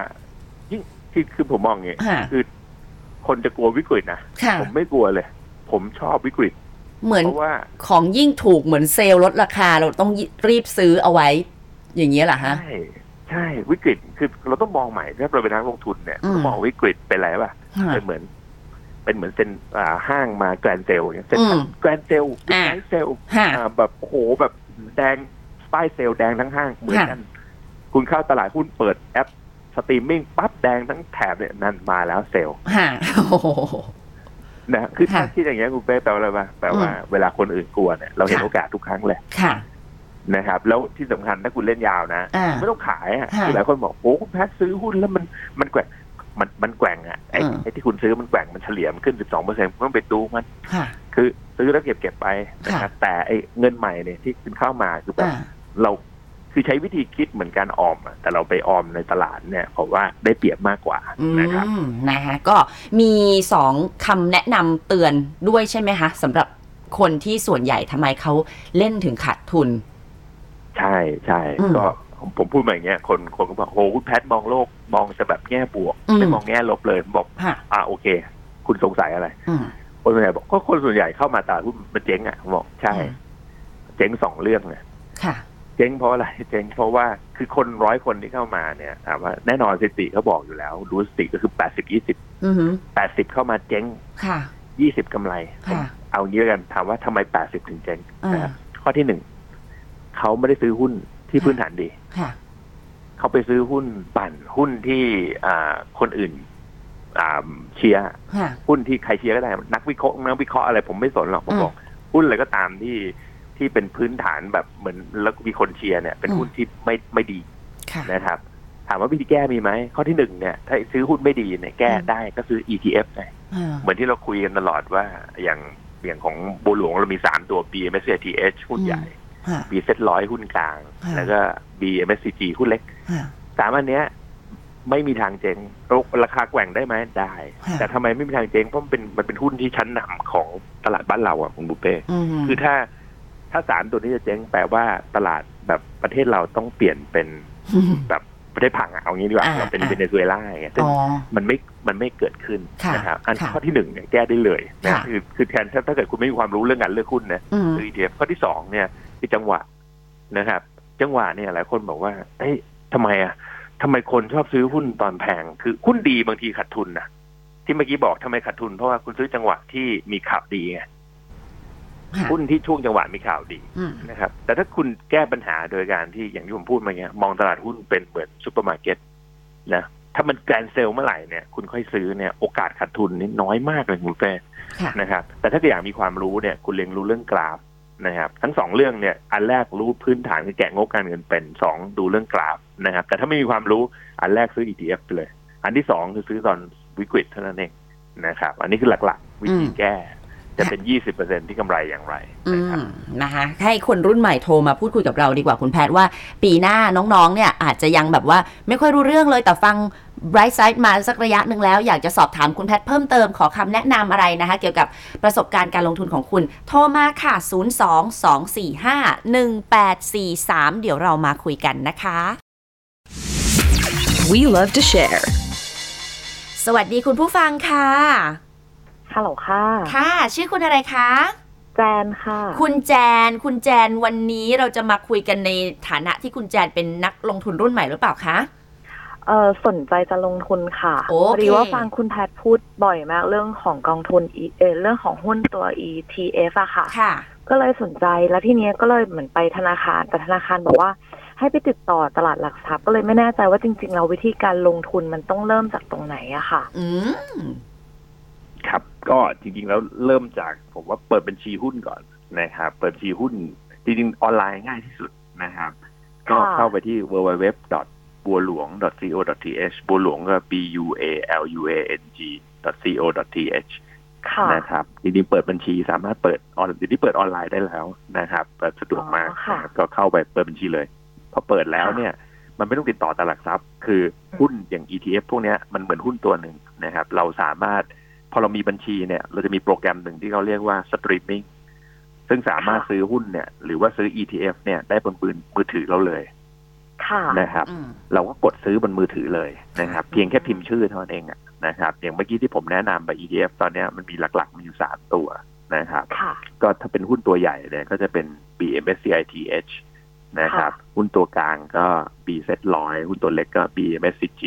Speaker 2: ยิ่งที่คือผมมองอย่างงี้
Speaker 1: ค่ะ
Speaker 2: คือคนจะกลัววิกฤตนะ
Speaker 1: ค่ะ
Speaker 2: ผมไม่กลัวเลย ผมชอบวิกฤต
Speaker 1: เหมือน
Speaker 2: เพราะว่า
Speaker 1: ของยิ่งถูกเหมือนเซลล์ลดราคาเราต้องรีบซื้อเอาไว้ อย่างเงี้ยเหรอฮะ
Speaker 2: ใช่ใช่วิกฤตคือเราต้องมองใหม่ถ้าเราเป็นนักลงทุนเนี่ย
Speaker 1: อืม
Speaker 2: เรามองวิกฤตเป็นอะไรป่ะ
Speaker 1: ค่ะ
Speaker 2: เป็นเหมือน เป็นเหมือนเซ็นอ่าห้างมาแกรนเซลเนี่ยเซ็น
Speaker 1: อืม
Speaker 2: แกรนเซล
Speaker 1: อ่า
Speaker 2: เซล
Speaker 1: ค่ะ
Speaker 2: อ่า แบบโอ้โหแบบแดงป้ายเซลล์แดงทั้งห้างเหมือนกัน คุณเข้าตลาดหุ้นเปิดแอปสตรีมมิ่งปั๊บแดงทั้งแถบเนี่ยนั่นมาแล้วเซลล์
Speaker 1: ค่ะ โอ้โห
Speaker 2: นะคือถ้า
Speaker 1: ค่ะ
Speaker 2: คิดอย่างเงี้ยคุณเป้แปลว่าอะไรบ้างแปลว่าเวลาคนอื่นกลัวเนี่ยเราเห็น
Speaker 1: ค่ะ
Speaker 2: โอกาสทุกครั้งเลย
Speaker 1: ค่ะ
Speaker 2: นะครับ แล้วที่สำคัญถ้าคุณเล่นยาวนะ
Speaker 1: อ่า
Speaker 2: ไม่ต้องขายอ่ะ
Speaker 1: ค่ะ
Speaker 2: คือหลายคนบอกโอ้คุณแพทซื้อหุ้นแล้วมันมันแกว่งมันมันแกว่งอ่ะไอ้ไอ้ที่คุณซื้อมันแกว่งมันเฉลี่ยมนขึ้น 12เปอร์เซ็นต์ต้องไปดูมัน
Speaker 1: ค่ะ
Speaker 2: คือซื้อแล้วเก็บเก็บไปนะครับแต่ไอ้เงินใหม่เนี่ยที่คุณเข้ามาคือแบบ
Speaker 1: อ่า
Speaker 2: เราคือใช้วิธีคิดเหมือนการออมอะแต่เราไปออมในตลาดเนี่ยเพราะว่าได้เปรียบมากกว่า
Speaker 1: อืม
Speaker 2: นะครับ
Speaker 1: นะคะก็มีสองคำแนะนำเตือนด้วยใช่ไหมคะสำหรับคนที่ส่วนใหญ่ทำไมเขาเล่นถึงขาดทุน
Speaker 2: ใช่ใช่
Speaker 1: อืม
Speaker 2: ก็ผมผมพูดมาอย่างเงี้ยคนคนก็บอกโอ้คุณแพทมองโลกมองจะแบบแง่บวก
Speaker 1: อืม
Speaker 2: ไม่มองแง่ลบเลย บอก
Speaker 1: ค่ะ
Speaker 2: อ่าโอเค คุณสงสัยอะไร
Speaker 1: อืม
Speaker 2: คนส่วนใหญ่บอกก็คนส่วนใหญ่เข้ามาตลาดหุ้นมันเจ๊งอ่ะผมบอกใช่
Speaker 1: อืม
Speaker 2: เจ๊งสองเรื่องเนี่ย
Speaker 1: ค่ะ
Speaker 2: เจ๊งเพราะอะไร เจ๊งเพราะว่าคือคนร้อยคนที่เข้ามาเนี่ยถามว่าแน่นอนสถิติเขาบอกอยู่แล้ว ดูสถิติก็คือแปดสิบยี่สิบ
Speaker 1: อือหือ
Speaker 2: แปดสิบเข้ามาเจ๊ง
Speaker 1: ค่ะ
Speaker 2: ยี่สิบกำไร
Speaker 1: ค่ะ
Speaker 2: เอางี้แล้วกันถามว่าทำไมแปดสิบถึงเจ๊ง
Speaker 1: อ่า
Speaker 2: นะครับข้อที่หนึ่งเขาไม่ได้ซื้อหุ้นที่
Speaker 1: ค่ะ
Speaker 2: พื้นฐานดี
Speaker 1: ค่ะ
Speaker 2: เขาไปซื้อหุ้นปั่นหุ้นที่อ่าคนอื่นอ่าเชียร์
Speaker 1: ค่ะ
Speaker 2: หุ้นที่ใครเชียร์ก็ได้ นักวิเคราะห์นักวิเคราะห์อะไรผมไม่สนหรอกผม
Speaker 1: อืม
Speaker 2: บอก หุ้นอะไรก็ตามที่ที่เป็นพื้นฐานแบบเหมือนแล้วมีคนเชียร์เนี่ย เป็น
Speaker 1: อืม
Speaker 2: หุ้นที่ไม่ไม่ดี
Speaker 1: ค่ะ
Speaker 2: นะครับ ถามว่าวิธีแก้มีไหมข้อที่หนึ่งเนี่ย ถ้าซื้อหุ้นไม่ดีเนี่ยแก้ได้ก็ซื้อ ETF ไง
Speaker 1: อ่า
Speaker 2: เหมือนที่เราคุยกันตลอดว่าอย่างอย่างของบัวหลวงเรามีสามตัว BMSCTH หุ้น
Speaker 1: อืม
Speaker 2: ใหญ่
Speaker 1: ค่ะ
Speaker 2: b z 1 0 0หุ้นกลาง
Speaker 1: ค่ะ
Speaker 2: แล้วก็ BMSCG หุ้นเล็ก
Speaker 1: ค่ะ
Speaker 2: สามอันเนี้ยไม่มีทางเจ๊งราคาแกว่งได้ไหมได้
Speaker 1: ค่ะ
Speaker 2: แต่ทำไมไม่มีทางเจ๊งเพราะมันเป็นมันเป็นหุ้นที่ชั้นนำของตลาดบ้านเราอ่ะของบุฟเป้
Speaker 1: อืม
Speaker 2: คือถ้าถ้าสามตัวนี้จะเจ๊งแปลว่าตลาดแบบประเทศเราต้องเปลี่ยนเป็น
Speaker 1: ม
Speaker 2: แบบประเทศผังอะเอางี้ดีกว่า
Speaker 1: อ่า
Speaker 2: เราเป็น
Speaker 1: อ่า
Speaker 2: เวเนซุเอลาอย่างเงี้ยซึ่ง
Speaker 1: อ๋อ
Speaker 2: มันไม่ มันไม่เกิดขึ้น
Speaker 1: ค่ะ
Speaker 2: นะครับ อัน
Speaker 1: ค่ะ
Speaker 2: ข้อที่หนึ่งเนี่ยแก้ได้เลยนะ
Speaker 1: ค่ะ
Speaker 2: คือคือแทนถ้าถ้าเกิดคุณไม่มีความรู้เรื่องการเลือกหุ้นนะ
Speaker 1: อืม
Speaker 2: คือ ETF ข้อที่สองเนี่ยคือจังหวะนะครับ จังหวะเนี่ยหลายคนบอกว่า เอ้ยทำไมอ่ะทำไมคนชอบซื้อหุ้นตอนแพง คือหุ้นดีบางทีขาดทุนนะที่เมื่อกี้บอกทำไมขาดทุน เพราะว่าคุณซื้อจังหวะที่มีข่าวดีไง
Speaker 1: ค่ะ
Speaker 2: หุ้นที่ช่วงจังหวะมีข่าวดี
Speaker 1: อืม
Speaker 2: นะครับ แต่ถ้าคุณแก้ปัญหาโดยการที่อย่างที่ผมพูดมาเนี้ยมองตลาดหุ้นเป็นเหมือนซูเปอร์มาร์เก็ต นะถ้ามันแกรนเซลเมื่อไหร่เนี่ยคุณค่อยซื้อเนี่ยโอกาสขาดทุนนี่น้อยมากเลยคุณเป้
Speaker 1: ค่ะ
Speaker 2: นะครับ แต่ถ้าอยากมีความรู้เนี่ยคุณเรียนรู้เรื่องกราฟ นะครับทั้งสองเรื่องเนี่ยอันแรกรู้พื้นฐานคือแกะงบการเงินเป็นสองดูเรื่องกราฟนะครับ แต่ถ้าไม่มีความรู้อันแรกซื้อ ETF ไปเลย อันที่สองคือซื้อตอนวิกฤตเท่านั้นเองนะครับ อันนี้คือหลักๆ วิธีแก้ จะเป็นยี่สิบเปอร์เซ็นที่กำไรอย่างไร
Speaker 1: อื
Speaker 2: นะครับ
Speaker 1: มนะคะให้คนรุ่นใหม่โทรมาพูดคุยกับเราดีกว่าคุณแพทย์ว่าปีหน้าน้องๆ เนี่ยอาจจะยังแบบว่าไม่ค่อยรู้เรื่องเลยแต่ฟัง Bright Side มาสักระยะหนึ่งแล้ว อยากจะสอบถามคุณแพทย์เพิ่มเติมขอคำแนะนำอะไรนะคะ เกี่ยวกับประสบการณ์การลงทุนของคุณ โทรมาค่ะ 0 2 2 4 5 1 8 4 3 เดี๋ยวเรามาคุยกันนะคะ
Speaker 3: We love to share.
Speaker 1: สวัสดีคุณผู้ฟังค่ะ
Speaker 4: ฮัลโหลค่ะ
Speaker 1: ค่ะ ชื่อคุณอะไรคะ
Speaker 4: แจนค่ะ
Speaker 1: คุณแจน คุณแจนวันนี้เราจะมาคุยกันในฐานะที่คุณแจนเป็นนักลงทุนรุ่นใหม่หรือเปล่าคะ
Speaker 4: เออสนใจจะลงทุนค่ะ
Speaker 1: โอเค
Speaker 4: พอดีว่าฟังคุณแพทย์พูดบ่อยมากเรื่องของกองทุน E- เออเรื่องของหุ้นตัว ETF อะค่ะ
Speaker 1: ค่ะ
Speaker 4: ก็เลยสนใจแล้วทีเนี้ยก็เลยเหมือนไปธนาคาร แต่ธนาคารบอกว่าให้ไปติดต่อตลาดหลักทรัพย์ ก็เลยไม่แน่ใจว่าจริงๆเราวิธีการลงทุนมันต้องเริ่มจากตรงไหนอะค่ะ
Speaker 1: อืม
Speaker 2: ครับก็จริงๆแล้วเริ่มจากผมว่าเปิดบัญชีหุ้นก่อนนะครับเปิดบัญชีหุ้นจริงๆออนไลน์ง่ายที่สุดนะครับ ก็
Speaker 4: ค่ะ
Speaker 2: เข้าไปที่ www. บัวหลวง co th บัวหลวงก็ b u a l u a n g co th
Speaker 4: ค่ะ
Speaker 2: นะครับจริงๆเปิดบัญชีสามารถเปิดออนจริงๆเปิดออนไลน์ได้แล้วนะครับแบบสะดวกมากนะครับก็เข้าไปเปิดบัญชีเลย พอเปิดแล้วเนี่ย มันไม่ต้องติดต่อตลาดหลักทรัพย์ คือหุ้นอย่าง ETF พวกเนี้ยมันเหมือนหุ้นตัวหนึ่งนะครับ เราสามารถพอเรามีบัญชีเนี่ย เราจะมีโปรแกรมหนึ่งที่เขาเรียกว่าสตรีมมิ่งซึ่งสามารถซื้อหุ้นเนี่ย หรือว่าซื้อ ETF เนี่ยได้บนมือมือถือเราเลย
Speaker 4: ค่ะ
Speaker 2: นะครับ
Speaker 1: อืม
Speaker 2: เราก็กดซื้อบนมือถือเลยนะครับ เพียงแค่พิมพ์ชื่อเท่านั้นเองอะนะครับ อย่างเมื่อกี้ที่ผมแนะนำไป ETF ตอนเนี้ยมันมีหลักๆ มีอยู่สามตัวนะครับ
Speaker 4: ค่ะ
Speaker 2: ก็ถ้าเป็นหุ้นตัวใหญ่เนี่ยก็จะเป็น BMSCITH นะครับ หุ้นตัวกลางก็ BZ100 หุ้นตัวเล็กก็ BMSCG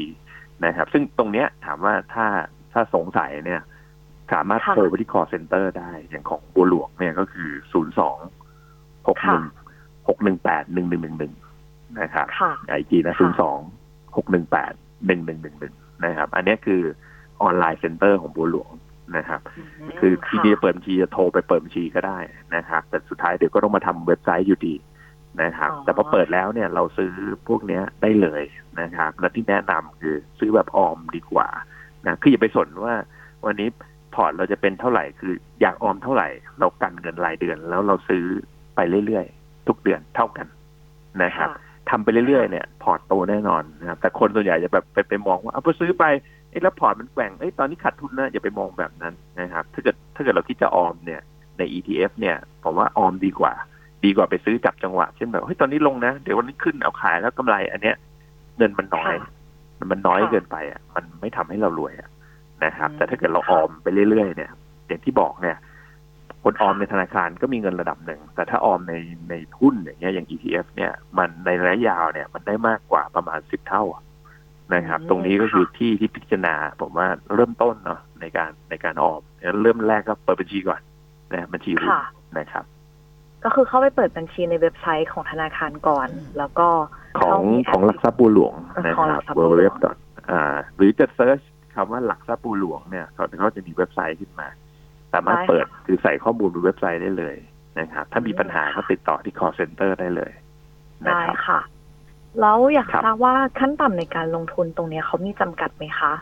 Speaker 2: นะครับ ซึ่งตรงเนี้ยถามว่าถ้าถ้าสงสัยเนี่ย สามารถ
Speaker 4: ค่ะ
Speaker 2: โทรไปที่ call center ได้อย่างของบัวหลวงเนี่ยก็คือ 0 2 6 1 6 1 8 1 1 1 1 นะครับ
Speaker 4: ค่ะ
Speaker 2: ไอจีนะศูนย์สองหกหนึ่งแปดหนึ่งหนึ่งหนึ่งหนึ่งนะครับ อันเนี้ยคือออนไลน์เซ็นเตอร์ของบัวหลวงนะครับ คือที่นี่จะเปิดบัญชีจะโทรไปเปิดบัญชีก็ได้นะครับ แต่สุดท้ายเดี๋ยวก็ต้องมาทำเว็บไซต์อยู่ดีนะครับ
Speaker 4: อ๋อ
Speaker 2: แต่พอเปิดแล้วเนี่ยเราซื้อพวกเนี้ยได้เลยนะครับ และที่แนะนำคือซื้อแบบออมดีกว่านะคืออย่าไปสนว่า วันนี้พอร์ตเราจะเป็นเท่าไหร่คืออยากออมเท่าไหร่ เรากันเงินรายเดือน แล้วเราซื้อไปเรื่อยๆ ทุกเดือนเท่ากันนะครับ ทำไปเรื่อยๆเนี่ยพอร์ตโตแน่นอนนะครับแต่คนส่วนใหญ่จะแบบไปไปมองว่าเอาไปซื้อไปเอ้แล้วพอร์ตมันแกว่งเอ้ยตอนนี้ขาดทุนนะอย่าไปมองแบบนั้นนะครับถ้าเกิดถ้าเกิดเราคิดจะออมเนี่ยใน ETF เนี่ยผมว่าออมดีกว่า ดีกว่าไปซื้อจับจังหวะเช่นแบบเฮ้ยตอนนี้ลงนะ เดี๋ยววันนี้ขึ้นเอาขายแล้วกำไร อันเนี้ยเงินมันน้อย
Speaker 4: ค่ะ
Speaker 2: มันมันน้อย
Speaker 4: ค่ะ
Speaker 2: เกินไปอ่ะมันไม่ทำให้เรารวยอ่ะนะครับ
Speaker 4: อืม
Speaker 2: แต่ถ้าเกิดเราอ
Speaker 4: ค่ะ
Speaker 2: อมไปเรื่อยๆเนี่ยอย่างที่บอกเนี่ย คนออมในธนาคารก็มีเงินระดับหนึ่ง แต่ถ้าออมในในหุ้นอย่างเงี้ยอย่าง ETF เนี่ยมันในระยะยาวเนี่ยมันได้มากกว่าประมาณสิบเท่าอะนะครับ
Speaker 4: อืม
Speaker 2: ตรงนี้ก็
Speaker 4: ค่ะ
Speaker 2: คือที่ที่พิจารณาผมว่าเริ่มต้นเนาะในการในการออมงั้นเริ่มแรกก็เปิดบัญชีก่อนนะบัญชีหุ้น
Speaker 4: ค่ะ
Speaker 2: นะครับ
Speaker 4: ก็คือเข้าไปเปิดบัญชีในเว็บไซต์ของธนาคารก่อน แล้วก็
Speaker 2: ของ
Speaker 4: เข้า
Speaker 2: ของ
Speaker 4: มีแป
Speaker 2: หลักทรัพย์บัวหลวงนะ
Speaker 4: ขอ
Speaker 2: ค
Speaker 4: งหลั
Speaker 2: รับ
Speaker 4: กทรัพย์
Speaker 2: w
Speaker 4: บั
Speaker 2: w
Speaker 4: วหล
Speaker 2: w
Speaker 4: วง
Speaker 2: อ่าหรือจะเซิร์ชคำว่าหลักทรัพย์บัวหลวงเนี่ยเขาเขาจะมีเว็บไซต์ขึ้นมา สามารถเปิดคือใส่ข้อมูลบนเว็บไซต์ได้เลยนะครับ ถ้ามีปัญหาก็ติดต่อที่ call center ได้เลยนะ
Speaker 4: ได้
Speaker 2: ครับ
Speaker 4: ค่ะ แล้วอยาก
Speaker 2: ครับ
Speaker 4: ทราบว่าขั้นต่ำในการลงทุนตรงเนี้ยเขามีจำกัดไหมคะ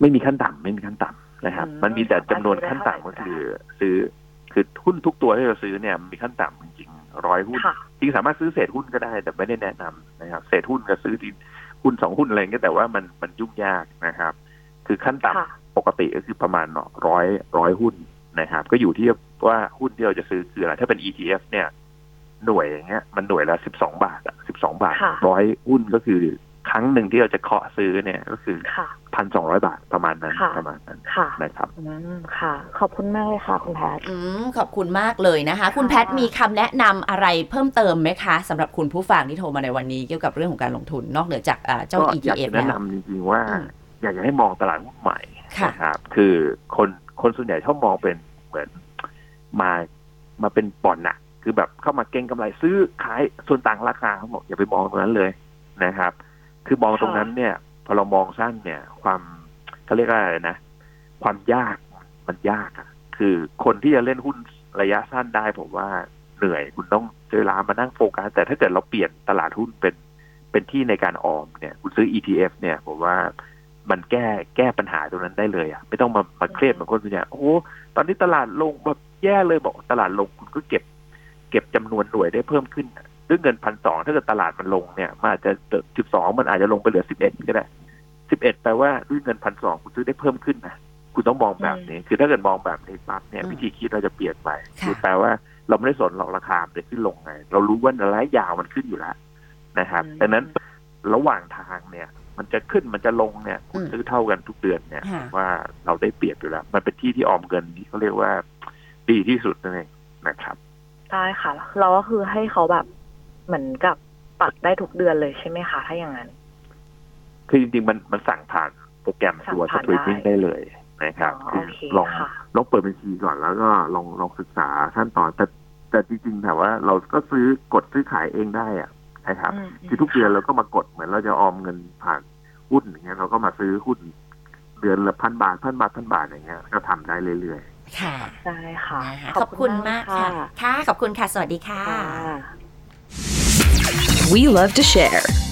Speaker 2: ไม่มีขั้นต่ำไม่มีขั้นต่ำนะครับ
Speaker 4: อืม
Speaker 2: มันมีแต่จำนวนขั้นต่ำก็คือ ซื้อคือหุ้นทุกตัวที่เราซื้อเนี่ยมีขั้นต่ำจริงๆร้อยหุ้น
Speaker 4: ค่ะ
Speaker 2: จริงสามารถซื้อเศษหุ้นก็ได้แต่ไม่ได้แนะนำนะครับเศษหุ้นก็ซื้อที่หุ้นสองหุ้นอะไรก็แต่ว่ามันมันยุ่งยากนะครับ คือขั้นต่ำ
Speaker 4: ค่ะ
Speaker 2: ปกติก็คือประมาณร้อยร้อยหุ้นนะครับ ก็อยู่ที่ว่าหุ้นที่เราจะซื้อคืออะไรถ้าเป็น ETF เนี่ย หน่วยอย่างเงี้ยมันหน่วยละสิบสองบาทอะสิบสองบาท
Speaker 4: ค่ะ
Speaker 2: ร้อยหุ้นก็คือครั้งหนึ่งที่เราจะเคาะซื้อเนี่ยก็คือ
Speaker 4: ค่ะ
Speaker 2: พันสองร้อยบาทประมาณนั้น
Speaker 4: ค่ะ
Speaker 2: ประมาณนั้น
Speaker 4: ค่ะ
Speaker 2: นะครับ
Speaker 4: อืมค่ะ ขอบคุณมากเลยค่ะ คุณแพทย์
Speaker 1: อืมขอบคุณมากเลยนะคะ คุณแพทย์มีคำแนะนำอะไรเพิ่มเติมไหมคะสำหรับคุณผู้ฟังที่โทรมาในวันนี้เกี่ยวกับเรื่องของการลงทุนนอกเหนือจากอ่าเจ้า
Speaker 2: ก็อยาก
Speaker 1: ETF
Speaker 2: จะ
Speaker 1: แล้
Speaker 2: แนะ
Speaker 1: วน
Speaker 2: ำจริงๆว่า
Speaker 1: อืม
Speaker 2: อยากจะให้มองตลาดหุ้นใหม่
Speaker 1: ค่ะ
Speaker 2: นะครับคือคนคนส่วนใหญ่ชอบมองเป็นเหมือนมามาเป็นบ่อนน่ะ คือแบบเข้ามาเก็งกำไรซื้อขายส่วนต่างราคาเขาบอกอย่าไปมองตรงนั้นเลยนะครับ คือมองตรงนั้นเนี่ย พอเรามองสั้นเนี่ย ความเขาเรียกว่าอะไรนะ ความยากมันยากอะคือคนที่จะเล่นหุ้นระยะสั้นได้ผมว่า เหนื่อย คุณต้องเวลามานั่งโฟกัสแต่ถ้าเกิดเราเปลี่ยนตลาดหุ้นเป็นเป็นที่ในการออมเนี่ย คุณซื้อ ETF เนี่ยผมว่ามันแก้แก้ปัญหาตรงนั้นได้เลยอ่ะไม่ต้องมามาเครียดเหมือนคนส่วนใหญ่โอ้โหตอนนี้ตลาดลงแบบแย่เลยบอกตลาดลงคุณก็เก็บ เก็บจำนวนหน่วยได้เพิ่มขึ้นอะด้วยเงินพันสองถ้าเกิดตลาดมันลงเนี่ยมันอาจจะสิบสองมันอาจจะลงไปเหลือสิบเอ็ดก็ได้สิบเอ็ดแปลว่าด้วยเงินพันสองคุณซื้อได้เพิ่มขึ้นนะคุณต้องมองแบบนี้ คือถ้าเกิดมองแบบนี้ปั๊บเนี่ย
Speaker 1: อืม
Speaker 2: วิธีคิดเราจะเปลี่ยนไป
Speaker 1: ค่ะ
Speaker 2: แปลว่าเราไม่ได้สนหรอกราคามันจะขึ้นลงไง เรารู้ว่าระยะยาวมันขึ้นอยู่แล้วนะครับ
Speaker 4: อืม
Speaker 2: ดังนั้นระหว่างทางเนี่ย มันจะขึ้นมันจะลงเนี่ย คุณซื้อเท่ากันทุกเดือนเนี่ย
Speaker 1: ค่ะ
Speaker 2: ว่าเราได้เปรียบอยู่แล้ว มันเป็นที่ที่ออมเงินที่เขาเรียกว่าดีที่สุดนั่นเองนะครับ
Speaker 4: ได้ค่ะ เราก็คือให้เขาแบบเหมือนกับปักได้ทุกเดือนเลยใช่ไหมคะ ถ้าอย่างนั้น
Speaker 2: คือจริงๆมันมันสั่งผ่านโปรแกรมตัวส
Speaker 4: สั่ง
Speaker 2: ตรี
Speaker 4: ผ่า
Speaker 2: ม
Speaker 4: น
Speaker 2: มิ่งได้เลยนะครับ
Speaker 4: อ๋อ
Speaker 2: คือ
Speaker 4: โอเค
Speaker 2: ลอง
Speaker 4: ค่ะ
Speaker 2: ลองเปิดบัญชีก่อนแล้วก็ลองลองศึกษาขั้นตอนแต่แต่จริงๆถามว่าเราก็ซื้อกดซื้อขายเองได้อะนะครับ
Speaker 4: อืม
Speaker 2: คือทุกเดือนเราก็มากดเหมือนเราจะออมเงินผ่านหุ้นอย่างเงี้ยเราก็มาซื้อหุ้นเดือนละพันบาทพันบาทพันบาทอย่างเงี้ยก็ทำได้เรื่อยๆ
Speaker 1: ค่ะ
Speaker 4: ได้ค่ะ
Speaker 1: นะคะขอบคุณมากค่ะ ค่ะ ขอบคุณค่ะ สวัสดีค่ะ
Speaker 4: ค่ะ
Speaker 3: We love to share.